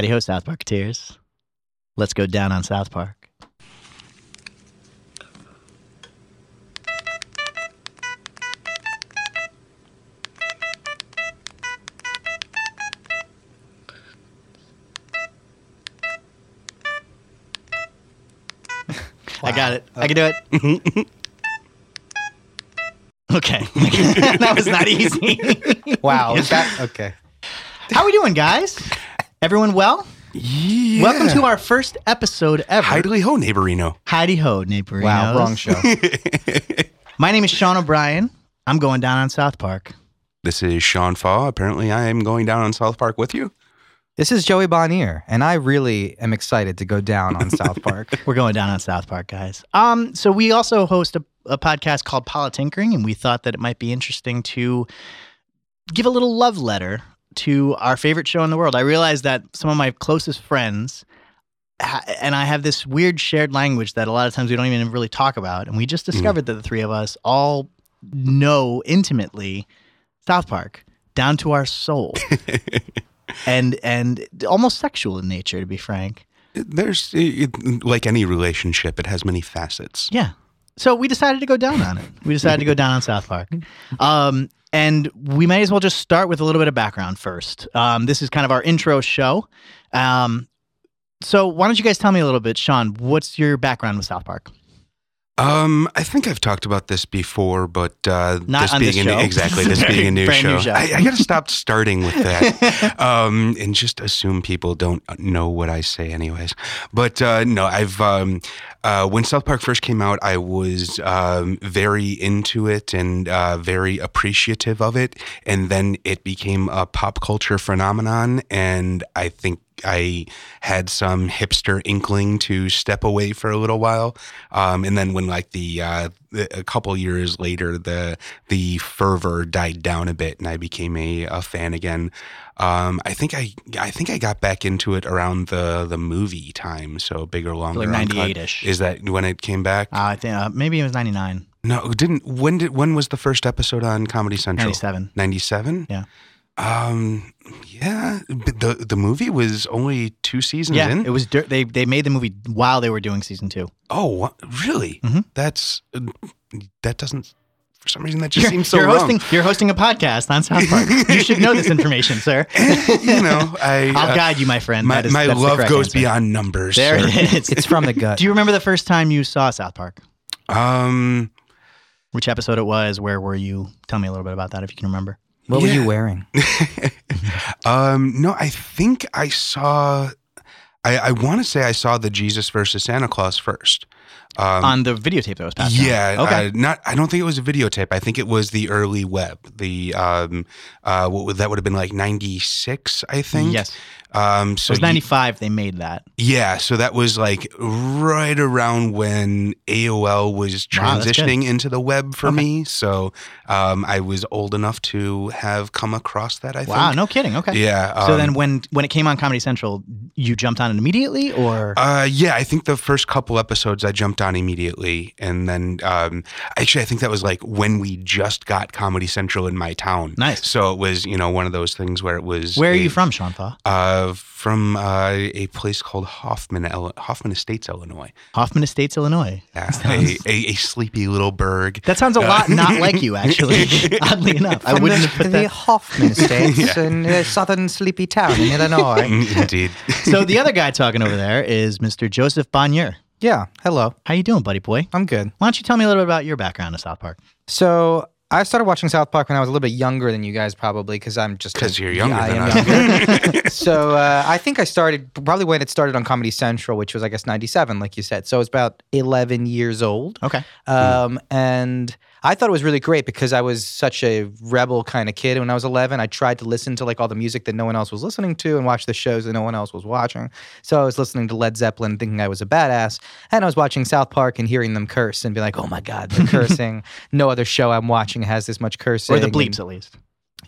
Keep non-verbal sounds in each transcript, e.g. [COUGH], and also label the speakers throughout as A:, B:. A: Howdy ho, South Park Tears. Let's go down on South [LAUGHS] Park. I got it. I can do it. [LAUGHS] okay. [LAUGHS] that was
B: [LAUGHS]
A: not e- easy.
C: Wow. is
A: [LAUGHS]
C: that okay?
A: How we doing, guys? Everyone well?
B: Yeah.
A: Welcome to our first episode ever.
B: Heidley Ho Neighborino. [LAUGHS]
A: Heidi Ho, neighbor.
C: Wow. Wrong show.
A: My name is Sean O'Brien. I'm going down on South Park.
B: This is Sean Faw. Apparently, I am going down on South Park with you.
C: [LAUGHS] this is Joey Bonnier, and I really am excited to go down on South Park.
A: We're going down on South Park, guys. Um, so we also host a, a podcast called Politinkering, and we thought that it might be interesting to give a little love letter to our favorite show in the world. I realized that some of my closest friends ha- and I have this weird shared language that a lot of times we don't even really talk about, and we just discovered that the three of us all know intimately South Park down to our soul, and and almost sexual in nature, to be frank.
B: There's, it, like any relationship, it has many facets.
A: Yeah. So we decided to go down on it. We decided to go down on South Park. Um, and we may as well just start with a little bit of background first. Um, this is kind of our intro show. Um, so why don't you guys tell me a little bit, Sean, what's your background with South Park?
B: Um, I think I've talked about this before, but uh,
A: Not
B: this
A: on
B: being
A: this
B: a new-
A: show. [LAUGHS]
B: exactly this
A: Very
B: being a new
A: brand
B: show,
A: new show.
B: I, I got to stop starting with that
A: [LAUGHS]
B: um, and just assume people don't know what I say, anyways. But uh, no, I've um, uh, when South Park first came out, I was um, very into it and uh, very appreciative of it, and then it became a pop culture phenomenon, and I think. I had some hipster inkling to step away for a little while, um, and then when like the, uh, the a couple years later, the the fervor died down a bit, and I became a, a fan again. Um, I think I I think I got back into it around the the movie time, so bigger, longer,
A: Like
B: Uncut.
A: 98-ish.
B: Is that when it came back?
A: Uh, I think, uh, maybe it was 99,
B: no, didn't. When did when was the first episode on Comedy Central?
A: 97.
B: 97?
A: Yeah.
B: Um, yeah, but the the movie was only two seasons
A: Yeah,
B: in.
A: it was. Dur- they they made the movie while they were doing season two.
B: Oh, wha- really?
A: Mhm.
B: That's that doesn't. For some reason, that just
A: You're-
B: seems so
A: you're
B: wrong.
A: hosting you're hosting a podcast on South Park. you should know this information, sir.
B: [LAUGHS] you know,
A: [LAUGHS]
B: I
A: I'll
B: uh,
A: guide you, my friend.
B: my,
A: That is-
B: my
A: that's the
B: love
A: correct
B: goes
A: answer.
B: beyond numbers.
A: There
B: sir.
A: it is.
C: It's from the gut.
A: Do you remember the first time you saw South Park?
B: Um,
A: Which episode it was? Where were you? Tell me a little bit about that if you can remember.
C: What were
B: Yeah.
C: you wearing?
B: um, no, I think I saw. I, I want to say I saw the Jesus versus Santa Claus first. Um,
A: On the videotape that was passed. out.
B: Yeah,
A: Okay.
B: uh, not. I don't think it was a videotape. I think it was the early web. The um, uh, what would, that would have been like ninety six. I think.
A: Yes.
B: Um, so
A: it was
B: you-
A: 95 they made that.
B: Yeah, so that was like right around when AOL was
A: Wow, that's good.
B: transitioning into the web for me. So um, I was old enough to have come across that. I
A: Wow,
B: think.
A: no kidding. Okay.
B: Yeah.
A: so
B: um,
A: then when when it came on Comedy Central, you jumped on it immediately or
B: Uh, yeah, I think the first couple episodes I jumped on immediately, and then um, actually I think that was like when we just got Comedy Central in my town.
A: Nice.
B: So it was you know one of those things where it was.
A: Where are
B: a-
A: you from, Sean Thaw?
B: Uh, from uh, a place called Hoffman, Ele- Hoffman
A: [LAUGHS]
B: Estates, Illinois.
A: Hoffman Estates, Illinois.
B: Yeah, a, a, a sleepy little burg. [LAUGHS]
A: That sounds a lot not like you, actually. Oddly enough, I
C: From
A: wouldn't
C: the,
A: have put
C: the
A: that.
C: Hoffman Estates in a southern sleepy town in
B: [LAUGHS]
C: Illinois.
B: Indeed.
A: So the other guy talking over there is Mr. Joseph Bonnier.
C: yeah. Hello.
A: How you doing, buddy boy?
C: I'm good.
A: Why don't you tell me a little bit about your background in South Park?
C: So I started watching South Park when I was a little bit younger than you guys, probably because I'm just
B: 'Cause you're
C: Yeah,
B: younger
C: I
B: than
C: am
B: us.
C: younger. so uh, I think I started probably when it started on Comedy Central, which was I guess '97, like you said. So I was about 11 years old,
A: Okay.
C: um, and I thought it was really great because I was such a rebel kind of kid. When I was 11, I tried to listen to like all the music that no one else was listening to and watch the shows that no one else was watching. So I was listening to Led Zeppelin, thinking I was a badass, and I was watching South Park and hearing them
A: [LAUGHS]
C: curse and be like, "Oh my God, they're cursing! No other show I'm watching has this much cursing."
A: Or the
C: and-
A: bleeps, at least.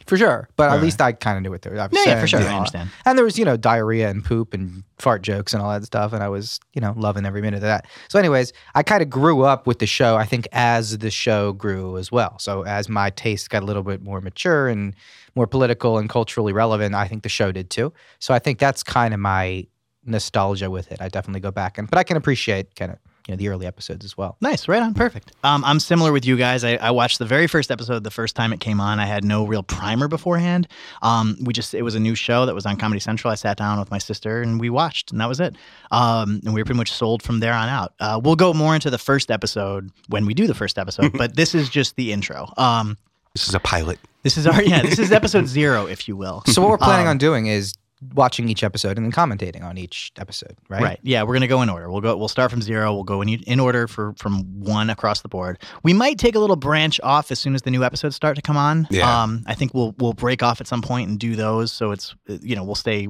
C: for sure. But at
A: Right.
C: least I kind of knew what they were. I was
A: No, yeah, for
C: saying
A: sure.
C: and
A: I
C: all.
A: understand.
C: And there was, you know, diarrhea and poop and fart jokes and all that stuff. And I was, you know, loving every minute of that. So, anyways, I kind of grew up with the show, I think, as the show grew as well. So, as my taste got a little bit more mature and more political and culturally relevant, I think the show did too. So, I think that's kind of my nostalgia with it. I definitely go back and, but I can appreciate kind of, you know, the early episodes as well.
A: Nice, right on, perfect. Um, I'm similar with you guys. I, I watched the very first episode the first time it came on. I had no real primer beforehand. Um, we just it was a new show that was on Comedy Central. I sat down with my sister and we watched, and that was it. Um, and we were pretty much sold from there on out. Uh, we'll go more into the first episode when we do the first episode, but this is just the intro. Um,
B: [LAUGHS] This is a pilot.
A: this is our yeah, this is episode zero, if you will.
C: So, what we're planning
A: Um,
C: on doing is watching each episode and then commentating on each episode, right?
A: Yeah, we're gonna go in order. We'll go. We'll start from zero. We'll go in in order for from one across the board. We might take a little branch off as soon as the new episodes start to come on.
B: Yeah.
A: Um, I think we'll we'll break off at some point and do those. So it's uh, you know we'll stay.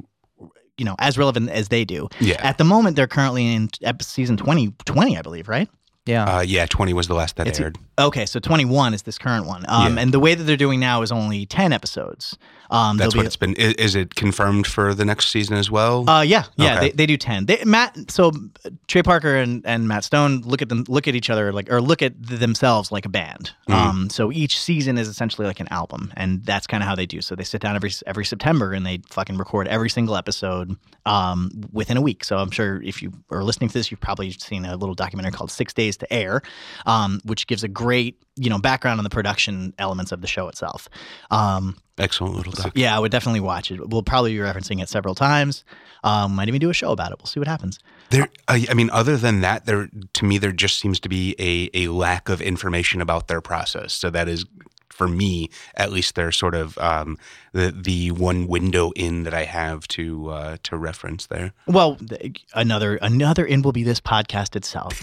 A: You know, as relevant as they do.
B: Yeah.
A: At the moment, they're currently in ep- season 20, 20, I believe, right?
C: Yeah.
B: Uh, yeah, 20 was the last that
A: It's-
B: aired.
A: Okay, so 21 is this current one. Um,
B: Yeah.
A: And the way that they're doing now is only 10 episodes. Um,
B: That's
A: there'll
B: what
A: be-
B: it's been. Is, is it confirmed for the next season as well?
A: Uh, yeah, yeah,
B: Okay.
A: they, they do ten. They, Matt, so uh, Trey Parker and, and Matt Stone look at them, look at each other like, or look at th- themselves like a band.
B: Mhm.
A: Um, so each season is essentially like an album, and that's kind of how they do. So they sit down every every September and they fucking record every single episode um, within a week. So I'm sure if you are listening to this, you've probably seen a little documentary called Six Days to Air, um, which gives a great you know background on the production elements of the show itself. Um,
B: Excellent little doc.
A: yeah, I would definitely watch it. We'll probably be referencing it several times. Um, might even do a show about it. We'll see what happens.
B: There, I, I mean, other than that, there to me there just seems to be a a lack of information about their process. So that is, for me at least, their sort of um, the the one window in that I have to uh, to
A: [LAUGHS]
B: reference there.
A: Well, th- another another in will be this podcast itself.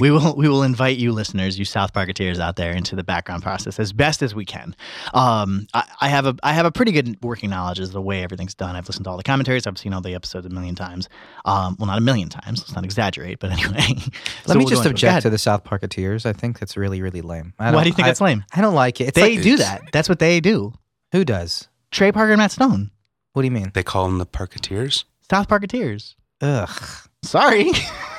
A: we will we will invite you listeners, you South Parketeers out there, into the background process as best as we can. Um, I, I have a I have a pretty good working knowledge of the way everything's done. I've listened to all the commentaries. I've seen all the episodes a million times. Um, well, not a million times. Let's not exaggerate. But anyway, [LAUGHS]
C: Let me just object to
A: that.
C: the South Parketeers. I think that's really, really lame. I
A: Why
C: don't-
A: do you think
C: I,
A: that's lame?
C: I don't like it. It's
A: They
C: like-
A: do that. That's what they do.
C: Who does?
A: Trey Parker and Matt Stone,
C: What do you mean?
B: They call them the Parketeers.
A: South Parketeers.
C: Ugh.
A: [LAUGHS] Sorry.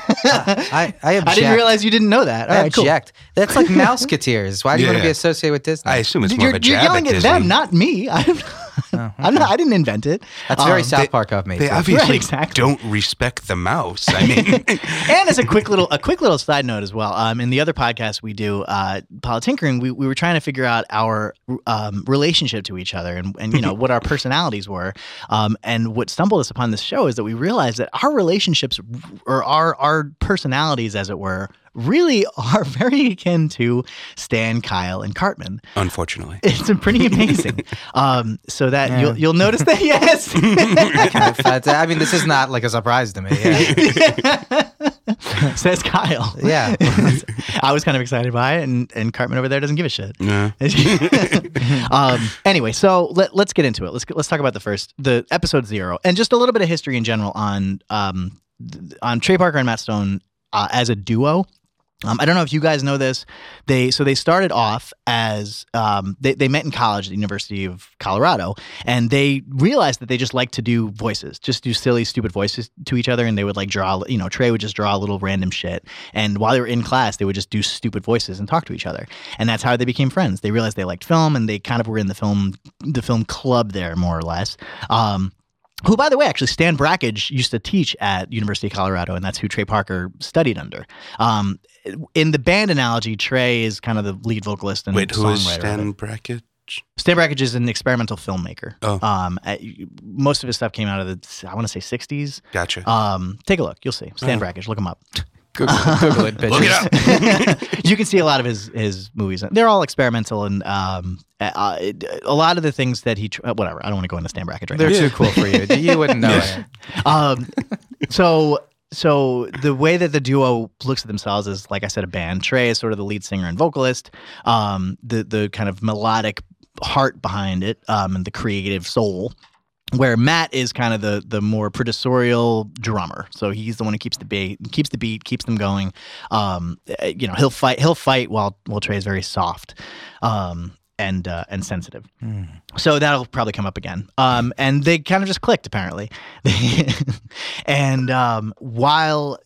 C: I, I object.
A: [LAUGHS] I didn't realize you didn't know that. All
C: I
A: right, cool.
C: object. That's like Mouseketeers. Why do you want
B: Yeah.
C: to be associated with Disney?
B: I assume it's more
A: You're,
B: of a
A: you're
B: jab
A: yelling at,
B: Disney.
A: them, not me. [LAUGHS] I'm,
C: Oh,
A: I'm not. I didn't invent it.
C: that's very
A: Um,
C: South
B: they-
C: Park of me.
B: They
C: too.
A: [LAUGHS]
B: obviously
A: Right, exactly.
B: don't respect the mouse. I mean,
A: [LAUGHS] and as a quick little a quick little side note as well, um, in the other podcast we do, uh, Politinkering, we, we were trying to figure out our um, relationship to each other and, and you know what our personalities were. Um, and what stumbled us upon this show is that we realized that our relationships r- or our our personalities, as it were, really [LAUGHS] are very akin to Stan, Kyle, and Cartman.
B: [LAUGHS] unfortunately.
A: It's pretty
C: [LAUGHS]
A: amazing. um, so that
C: Yeah.
A: you'll you'll notice that [LAUGHS]
C: [LAUGHS]
A: yes.
C: That's- I mean, this is not like a surprise
B: [LAUGHS]
C: to me. Yeah.
A: Says Kyle.
C: Yeah.
A: [LAUGHS] I was kind of excited by it, and, and Cartman over there doesn't give a shit.
B: Yeah.
A: [LAUGHS] um, anyway, so let, let's get into it. Let's get, let's talk about the first, the episode zero, and just a little bit of history in general on um, th- on Trey Parker and Matt Stone uh, as a duo. Um, I don't know if you guys know this. They so they started off as um, they they met in college at the University of Colorado, and they realized that they just liked to do voices, just do silly, stupid voices to each other, and they would like draw. You know, Trey would just draw a little random shit, and while they were in class, they would just do stupid voices and talk to each other, and that's how they became friends. They realized they liked film, and they kind of were in the film the film club there more or less. Um, who, by the way, actually Stan Brackage used to teach at University of Colorado, and that's who Trey Parker studied under. Um, in the band analogy, Trey is kind of the lead vocalist and
B: Wait, who is
A: songwriter of it.
B: Stan Brackett?
A: Stan Brackage is an experimental filmmaker.
B: Oh.
A: Um, uh, most of his stuff came out of the I want to say 60s.
B: Gotcha.
A: Um, take a look, you'll see Stan
B: Uh-huh.
A: Brackage. Look him up.
C: Google, Google it, bitches.
B: Look it
A: [LAUGHS]
B: up.
A: you can see a lot of his his movies. They're all experimental and um, uh, it- a lot of the things that he tr- uh, whatever. I don't want to go into Stan Brackage right
C: They're
B: Yeah.
C: too cool for
A: [LAUGHS]
C: you. You wouldn't know it.
A: now. Um, so so the way that the duo looks at themselves is like I said, a band. Trey is sort of the lead singer and vocalist. Um, the the kind of melodic heart behind it um, and the creative soul. Where Matt is kind of the the more producerial drummer, so he's the one who keeps the beat, keeps the beat, keeps them going. Um, eh, you know, he'll fight, he'll fight while while Trey's very soft. Um, and uh, and sensitive.
C: Hmm.
A: So that'll probably come up again. Um, and they kind of just clicked apparently. [LAUGHS] and um, while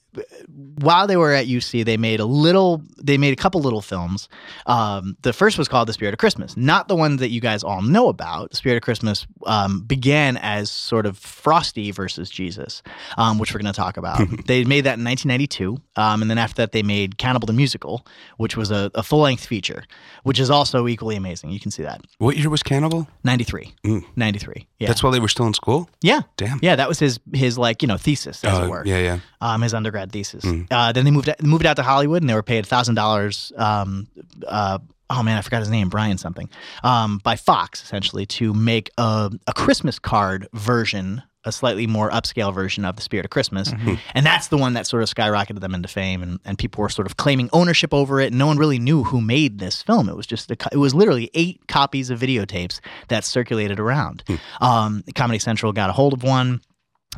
A: while they were at UC, they made a little. They made a couple little films. Um, the first was called The Spirit of Christmas, not the one that you guys all know about. The Spirit of Christmas um, began as sort of Frosty versus Jesus, um, which we're going to talk about. they made that in 1992, um, and then after that, they made Cannibal the Musical, which was a, a full length feature, which is also equally amazing. You can see that.
B: What year was Cannibal?
A: 93.
B: Mm.
A: 93. Yeah.
B: That's while they were still in school.
A: yeah.
B: Damn.
A: Yeah, that was his his like, you know, thesis as
B: Uh,
A: it were.
B: yeah, yeah.
A: Um his undergrad thesis. Uh, then they moved moved out to Hollywood and they were paid $1000 um uh Oh man, I forgot his name, Brian something, um, by Fox essentially to make a, a Christmas card version, a slightly more upscale version of The Spirit of Christmas. And that's the one that sort of skyrocketed them into fame, and, and people were sort of claiming ownership over it. No one really knew who made this film. It was just, a, co- it was literally eight copies of videotapes that circulated around. Um, Comedy Central got a hold of one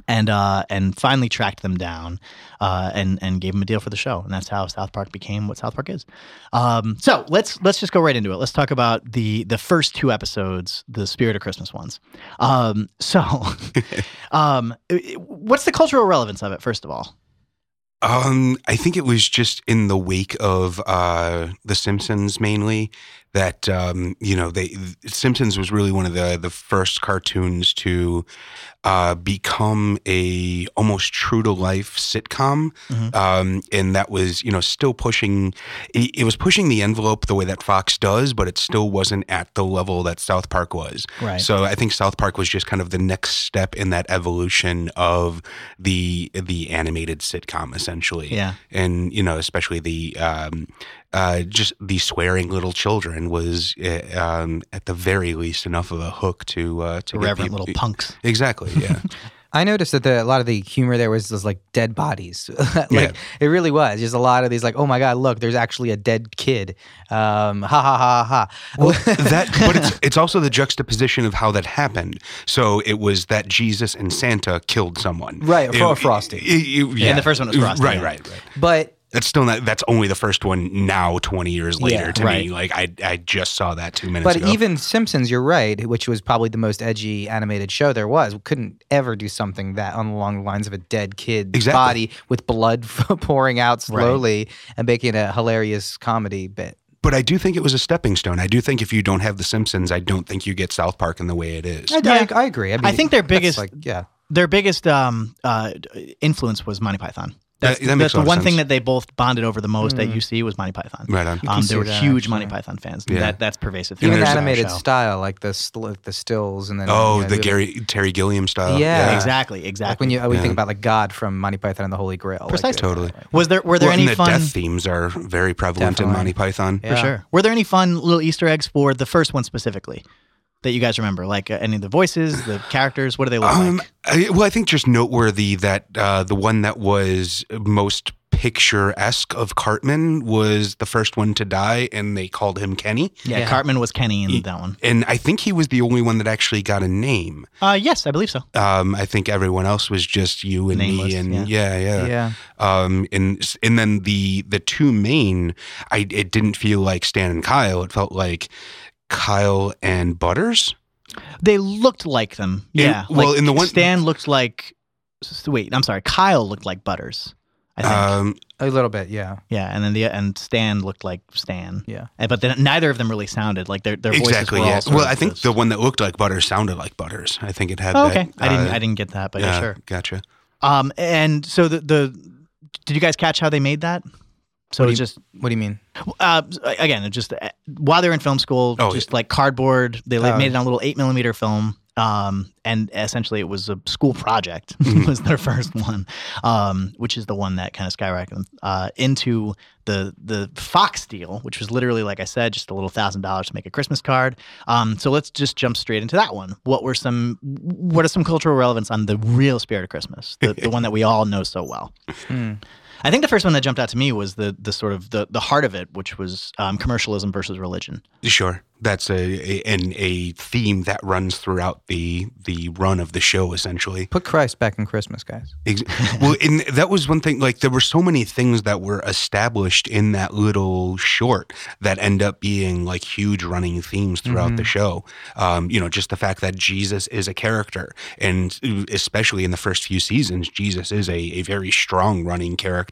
A: and uh, and finally tracked them down uh, and and gave them a deal for the show, and that's how South Park became what South Park is. Um, so let's let's just go right into it. Let's talk about the the first two episodes, the Spirit of Christmas ones. Um, so, [LAUGHS] um, it- it- what's the cultural relevance of it? First of all,
B: Um, I think it was just in the wake of uh, The Simpsons mainly that um, you know they Simpsons was really one of the the first cartoons to uh, become a almost true to life sitcom,
A: Mhm.
B: um, and that was you know still pushing it, it was pushing the envelope the way that Fox does, but it still wasn't at the level that South Park was.
A: right?
B: So I think South Park was just kind of the next step in that evolution of the the animated sitcom, essentially.
A: yeah,
B: And you know, especially the um, uh, just the swearing little children was uh, um, at the very least enough of a hook to uh, to get
A: irreverent
B: people-
A: little punks.
B: Exactly.
A: [LAUGHS]
B: Yeah.
C: I noticed that the, a lot of the humor there was, was like dead bodies. [LAUGHS] like
B: Yeah.
C: it really was. Just a lot of these, like, oh my god, look, there's actually a dead kid. Um, ha ha ha ha.
B: that, but it's it's also the juxtaposition of how that happened. So it was that Jesus and Santa killed someone.
C: Right, for Frosty.
B: It- it- yeah.
A: the first one was Frosty,
B: Right.
A: yeah.
B: Right. Right.
C: [LAUGHS] but
B: That's still not. That's only the first one. Now, twenty years later,
C: Yeah,
B: to
A: right.
B: me, like I, I just saw that two minutes
C: but
B: ago.
C: even Simpsons, you're right, which was probably the most edgy animated show there was, couldn't ever do something that on along the lines of a dead kid
B: Exactly.
C: body with blood [LAUGHS] pouring out slowly and making a hilarious comedy bit.
B: but I do think it was a stepping stone. I do think if you don't have The Simpsons, I don't think you get South Park in the way it is.
C: I,
A: Yeah.
C: I, I agree. I, mean,
A: think their
C: that's
A: biggest-
C: like, yeah,
A: Their biggest um, uh, influence was Monty Python. That's,
B: That- that
A: that's
B: makes a lot
A: the
B: of
A: one
B: sense.
A: thing that they both bonded over the most at UC was Monty Python.
B: Right on.
C: can
A: Um,
C: see
A: they were
C: that,
A: huge Monty
C: actually.
A: Python fans.
B: Yeah.
A: That that's pervasive. throughout
C: even
A: the
C: the
B: there's-
A: entire
C: animated
A: show.
C: style, like the sl- like the stills and then
B: Oh,
C: you know,
B: the
C: we-
B: Gary Terry Gilliam style.
C: Yeah.
A: Exactly.
C: Like
A: Exactly.
C: when you we
B: Yeah.
C: think about like God from Monty Python and the Holy Grail. like,
A: Precisely.
B: Totally.
A: was there were there
B: Well, and
A: any
B: the
A: fun?
B: death themes are very prevalent in
C: Definitely.
B: Monty Python.
A: For
C: Yeah.
A: sure. Were there any fun little Easter eggs for the first one specifically that you guys remember? Like uh, any of the voices, the characters? What do they look
B: Um,
A: like?
B: I, well, I think just noteworthy that uh, the one that was most picturesque of Cartman was the first one to die, and they called him Kenny.
A: Yeah,
C: yeah.
A: Cartman was Kenny in
B: Ye-
A: that one.
B: And I think he was the only one that actually got a name.
A: Uh, yes, I believe so.
B: Um, I think everyone else was just you and
A: Nameless,
B: me, and
A: yeah.
B: yeah, yeah.
C: yeah. yeah.
B: Um, and and then the the two main, I it didn't feel like Stan and Kyle. It felt like Kyle and Butters.
A: They looked like them.
B: In-
A: Yeah.
B: well,
A: like
B: in the one-
A: Stan looked like. s- Wait, I'm sorry. Kyle looked like Butters. I think.
B: Um,
C: A little bit, yeah.
A: yeah, and then the and Stan looked like Stan.
C: Yeah.
A: And- but then neither of them really sounded like their their voices
B: exactly.
A: were all
B: Yeah.
A: sort
B: Well,
A: of
B: I think
A: this-
B: the one that looked like Butters sounded like Butters. I think it had.
A: Oh,
B: that,
A: okay, I didn't
B: uh,
A: I didn't get that, but
B: yeah,
A: sure.
B: Gotcha.
A: Um, and so the the did you guys catch how they made that? So
C: What
A: it's
C: do
A: just
C: What do you mean?
A: uh, again, it just uh, while they're in film school,
B: Oh,
A: just like cardboard, they like,
C: Oh.
A: made it on a little eight millimeter film. Um, and essentially, it was a school project [LAUGHS] was their first one, um, which is the one that kind of skyrocketed them uh, into the the Fox deal, which was literally, like I said, just a little thousand dollars to make a Christmas card. Um, so let's just jump straight into that one. What were some What are some cultural relevance on the real Spirit of Christmas, the, the one that we all know so well?
C: Hmm.
A: I think the first one that jumped out to me was the the sort of the the heart of it, which was um, commercialism versus religion.
B: Sure, that's a, a an a theme that runs throughout the the run of the show essentially.
C: Put Christ back in Christmas, guys.
B: Ex- well, and that was one thing. Like there were so many things that were established in that little short that end up being like huge running themes throughout the show. Um, you know, just the fact that Jesus is a character, and uh, especially in the first few seasons, Jesus is a, a very strong running character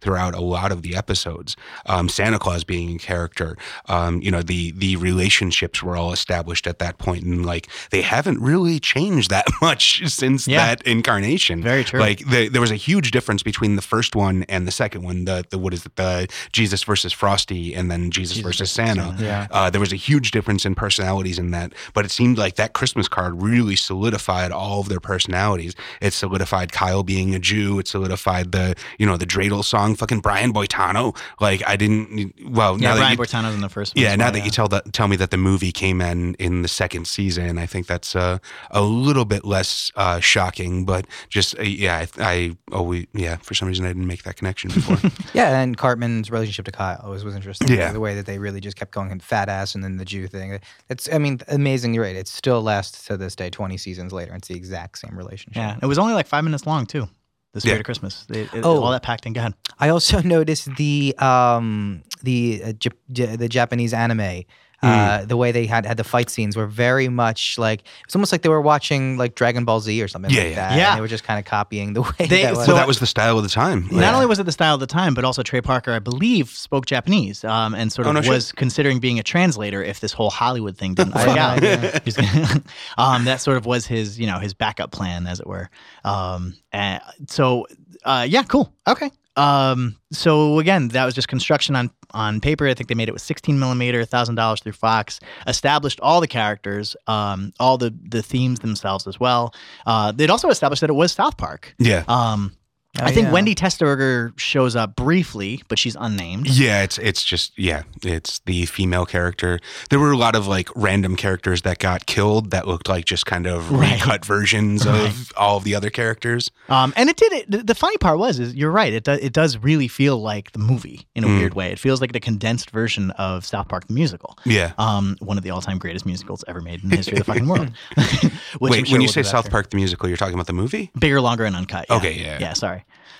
B: throughout a lot of the episodes. Um, Santa Claus being a character. Um, you know, the the relationships were all established at that point, and like they haven't really changed that [LAUGHS] much since
A: Yeah.
B: that incarnation.
A: Very true.
B: Like the, there was a huge difference between the first one and the second one. The the what is it? The Jesus versus Frosty, and then Jesus,
A: Jesus
B: versus
A: versus
B: Santa.
A: Santa.
C: Yeah.
B: Uh, there was a huge difference in personalities in that, but it seemed like that Christmas card really solidified all of their personalities. It solidified Kyle being a Jew. It solidified the you know the dreidel song, fucking Brian Boitano. Like I didn't. Well, now
A: Yeah,
B: that
A: Brian
B: you,
A: Bortano's in the first one.
B: yeah,
A: as
B: now
A: well,
B: that you tell that tell me that the movie came in in the second season, I think that's uh, a little bit less uh, shocking. But just uh, yeah, I, I always yeah for some reason I didn't make
A: [LAUGHS]
B: that connection before.
C: Yeah, and Cartman's relationship to Kyle always was interesting.
B: Yeah.
C: the way that they really just kept calling him fat ass, and then the Jew thing. It's, I mean, amazing. You're right. It still lasts to this day, twenty seasons later. It's the exact same relationship.
A: yeah, it was only like five minutes long too. The Spirit
B: Yeah.
A: of Christmas. It- it-
C: Oh.
A: all that packed in. God.
C: I also [LAUGHS] noticed the um the uh, Jap- J- the Japanese anime.
B: Mm.
C: Uh, the way they had had the fight scenes were very much like it's almost like they were watching like Dragon Ball Z or something
B: Yeah,
C: like
B: yeah.
C: that. and
A: Yeah.
C: they were just kind of copying the [LAUGHS] way
A: They-
C: that was.
A: so
B: well, that was the style of the time.
A: Not only was it the style of the time, but also Trey Parker, I believe, spoke Japanese um, and sort
B: Oh,
A: of
B: no shit.
A: was considering being a translator if this whole Hollywood thing
B: [LAUGHS]
A: didn't work
C: I know,
A: out.
C: yeah.
A: He's gonna- [LAUGHS] um, that sort of was his, you know, his backup plan, as it were. Um, and so, uh, yeah, cool, okay. Um, so again, that was just construction on on paper. I think they made it with 16 millimeter, thousand dollars through Fox. Established all the characters, um, all the the themes themselves as well. Uh, they'd also established that it was South Park.
B: yeah.
A: Um,
C: Oh,
A: I think
C: yeah.
A: Wendy Testerberger shows up briefly, but she's unnamed.
B: Yeah, it's it's just yeah, it's the female character. There were a lot of like random characters that got killed that looked like just kind of
A: Right.
B: recut versions of all of the other characters.
A: Um, and it did. It, the- the funny part was, is you're right. It do, it does really feel like the movie in a
B: Mm.
A: weird way. It feels like the condensed version of South Park the musical.
B: Yeah.
A: Um, one of the all-time greatest musicals ever made in the history of the fucking
B: [LAUGHS]
A: world. [LAUGHS] Which I'm
B: Wait,
A: sure
B: when you
A: we'll
B: say
A: do
B: South
A: after.
B: Park the musical, you're talking about the movie?
A: bigger, longer, and uncut. Yeah.
B: Okay, yeah.
A: yeah. Sorry.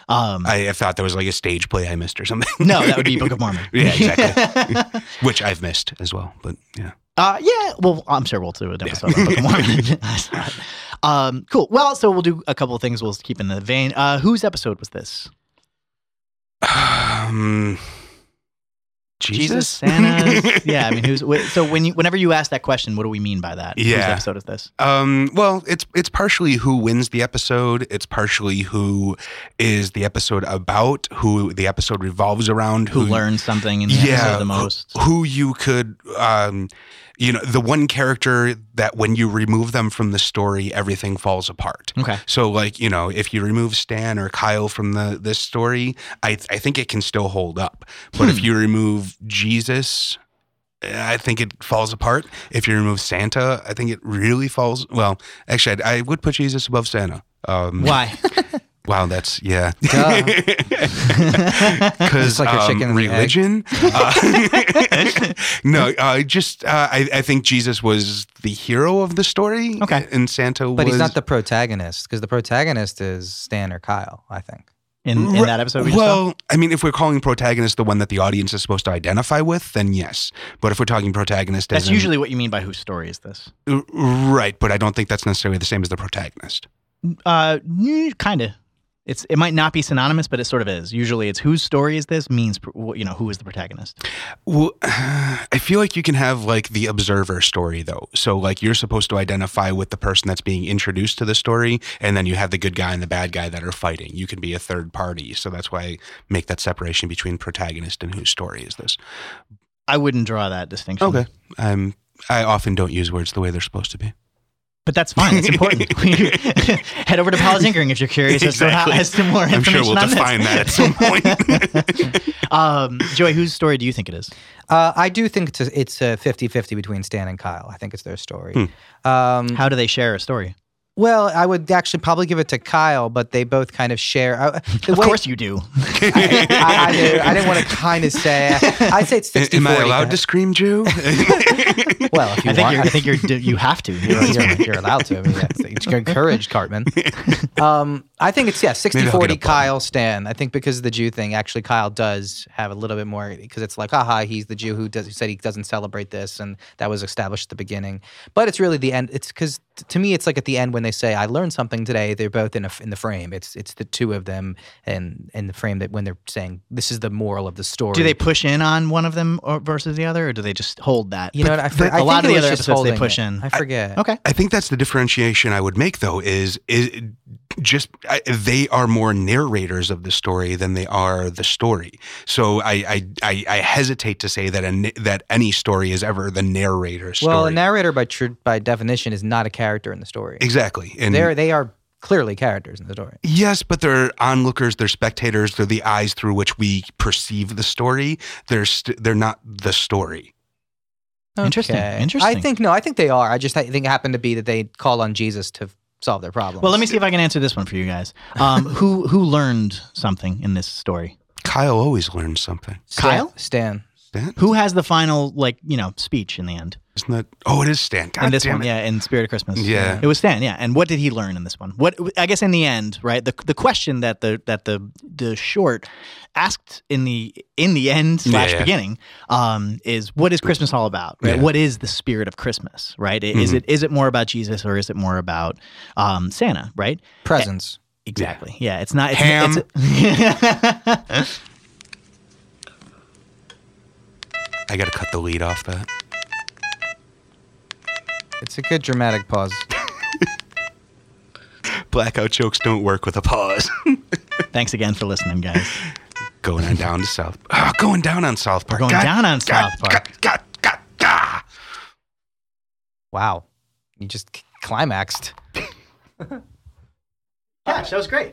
A: Um,
B: I, I thought there was like a stage play I missed or something.
A: [LAUGHS] no, that would
B: [LAUGHS]
A: be Book of Mormon.
B: Yeah, exactly. which I've missed as well. But yeah,
A: [LAUGHS] Uh, yeah, well, I'm sure we'll do an episode on Book of Mormon.
B: [LAUGHS]
A: [LAUGHS] um, cool. Well, so we'll do a couple of things we'll keep in the vein. Uh, whose episode was this?
B: um,
A: Jesus,
B: Jesus, [LAUGHS]
A: Santa. yeah, I mean, who's wh- so when you, whenever you ask that question, what do we mean by that? Whose
B: Yeah.
A: episode is this?
B: Um, well, it's it's partially who wins the episode. It's partially who is the episode about, who the episode revolves around,
A: Who learned something in the
B: Yeah,
A: episode the
B: who-
A: most?
B: who you could um you know the one character that when you remove them from the story everything falls apart [LAUGHS]
A: Okay.
B: so like you know if you remove stan or kyle from the this story i i think it can still hold up but
C: Hmm.
B: if you remove jesus I think it falls apart. If you remove Santa, I think it really falls. Well, actually, I'd, I would put Jesus above Santa. Um,
A: Why? [LAUGHS]
B: Wow, that's yeah. [LAUGHS]
C: Duh. [LAUGHS]
B: Because
C: It's like your chicken
B: um,
C: and the egg. [LAUGHS]
B: religion. Uh, [LAUGHS] no, uh, just uh, I, I think Jesus was the hero of the story.
A: Okay.
B: and Santa was.
C: But he's not the protagonist because the protagonist is Stan or Kyle, I think.
A: In, in that episode we just saw?
B: well, I mean, if we're calling protagonist the one that the audience is supposed to identify with, then yes. But if we're talking protagonist,
A: That's
B: as in-
A: usually what you mean by whose story is this?
B: R- right. But I don't think that's necessarily the same as the protagonist.
A: Uh, kind of. It's it might not be synonymous, but it sort of is. Usually, it's whose story is this means pr- wh- you know who is the protagonist.
B: Well, [SIGHS] I feel like you can have like the observer story though. So like you're supposed to identify with the person that's being introduced to the story, and then you have the good guy and the bad guy that are fighting. You can be a third party, so that's why I make that separation between protagonist and whose story is this.
A: I wouldn't draw that distinction.
B: I'm. I often don't use words the way they're supposed to be.
A: But that's fine. It's
B: [LAUGHS]
A: important. [LAUGHS] Head over to Paula's Inkering if you're curious as, to, how,
B: Exactly.
A: as to more
B: I'm
A: information
B: sure we'll
A: on this.
B: define that at
A: [LAUGHS]
B: some point. [LAUGHS]
A: um, Joey, whose story do you think it is?
C: Uh, I do think it's a, it's a 50-50 between Stan and Kyle. I think it's their story.
B: Hmm.
C: Um,
A: How do they share a story?
C: Well, I would actually probably give it to Kyle, but they both kind of share. I, the
A: Of
C: way-
A: course you do.
C: I, I do. I didn't [LAUGHS] want to kind of say. I'd say it's 60
B: Am I
C: 40,
B: allowed to scream
C: [LAUGHS]
B: Jew?
C: perhaps. Well, if you
A: I think
C: want,
A: you're, I think you're d- you have to. You're,
C: [LAUGHS] you're,
A: you're-
C: [LAUGHS] you're, you're allowed to. I mean, that's, it's [LAUGHS] encouraged, Cartman. Um, I think it's, yeah, 60
B: Maybe I'll get
C: 40
B: a bun.
C: Kyle Stan. I think because of the Jew thing, actually, Kyle does have a little bit more because it's like, haha, he's the Jew who, does, who said he doesn't celebrate this. And that was established at the beginning. But it's really the end. It's because to me, it's like at the end when they say, I learned something today, they're both in, a, in the frame. It's it's the two of them and in the frame that when they're saying, this is the moral of the story.
A: do they push in on one of them or versus the other, or do they just hold that?
C: You know, what, I, for,
A: But
C: I
A: a lot
C: think
A: of the
C: it was
A: other
C: just
A: episodes they
C: holding
A: push
C: it.
A: in. Oh,
C: I forget.
A: okay.
B: I think that's the differentiation I would make, though, is is just I, they are more narrators of the story than they are the story. So I I, I, I hesitate to say that a, na- that any story is ever the narrator's story.
C: Well, a narrator by tr- by definition is not a character in the story.
B: exactly, and
C: They're they are clearly characters in the story.
B: yes, but they're onlookers, they're spectators, they're the eyes through which we perceive the story. They're st- they're not the story.
A: Interesting,
C: Okay. I
A: interesting.
C: think no, I think they are. I just I think it happened to be that they call on Jesus to solve their problem.
A: Well, let me see if I can answer this one for you guys. Um, who who learned something in this story?
B: Kyle always learns something.
C: Stan,
A: Kyle?
C: Stan.
B: Stan,
A: Who has the final like you know speech in the end?
B: isn't that? Oh, it is Stan. God
A: in this
B: damn
A: one,
B: it.
A: yeah, in Spirit of Christmas.
B: Yeah.
A: It was Stan, yeah. And what did he learn in this one? What I guess in the end, right? The the question that the that the the short asked in the in the end
B: Yeah,
A: slash
B: yeah.
A: beginning um, is what is Christmas all about? Right?
B: Yeah. Mm-hmm.
A: What is the spirit of Christmas? Right? Is it is it more about Jesus or is it more about um, Santa? Right?
C: Presence.
A: Exactly. Yeah. it's not it's,
B: Ham.
A: It's,
B: I got to cut the lead off that.
C: It's a good dramatic pause.
B: Blackout jokes don't work with a pause.
A: [LAUGHS]
B: [LAUGHS]
A: thanks again for listening, guys.
B: going on down to South. Ah, going down on South Park.
A: going down on South Park.
B: God, God, God,
C: Wow. You just c- climaxed.
A: Gosh, that was great.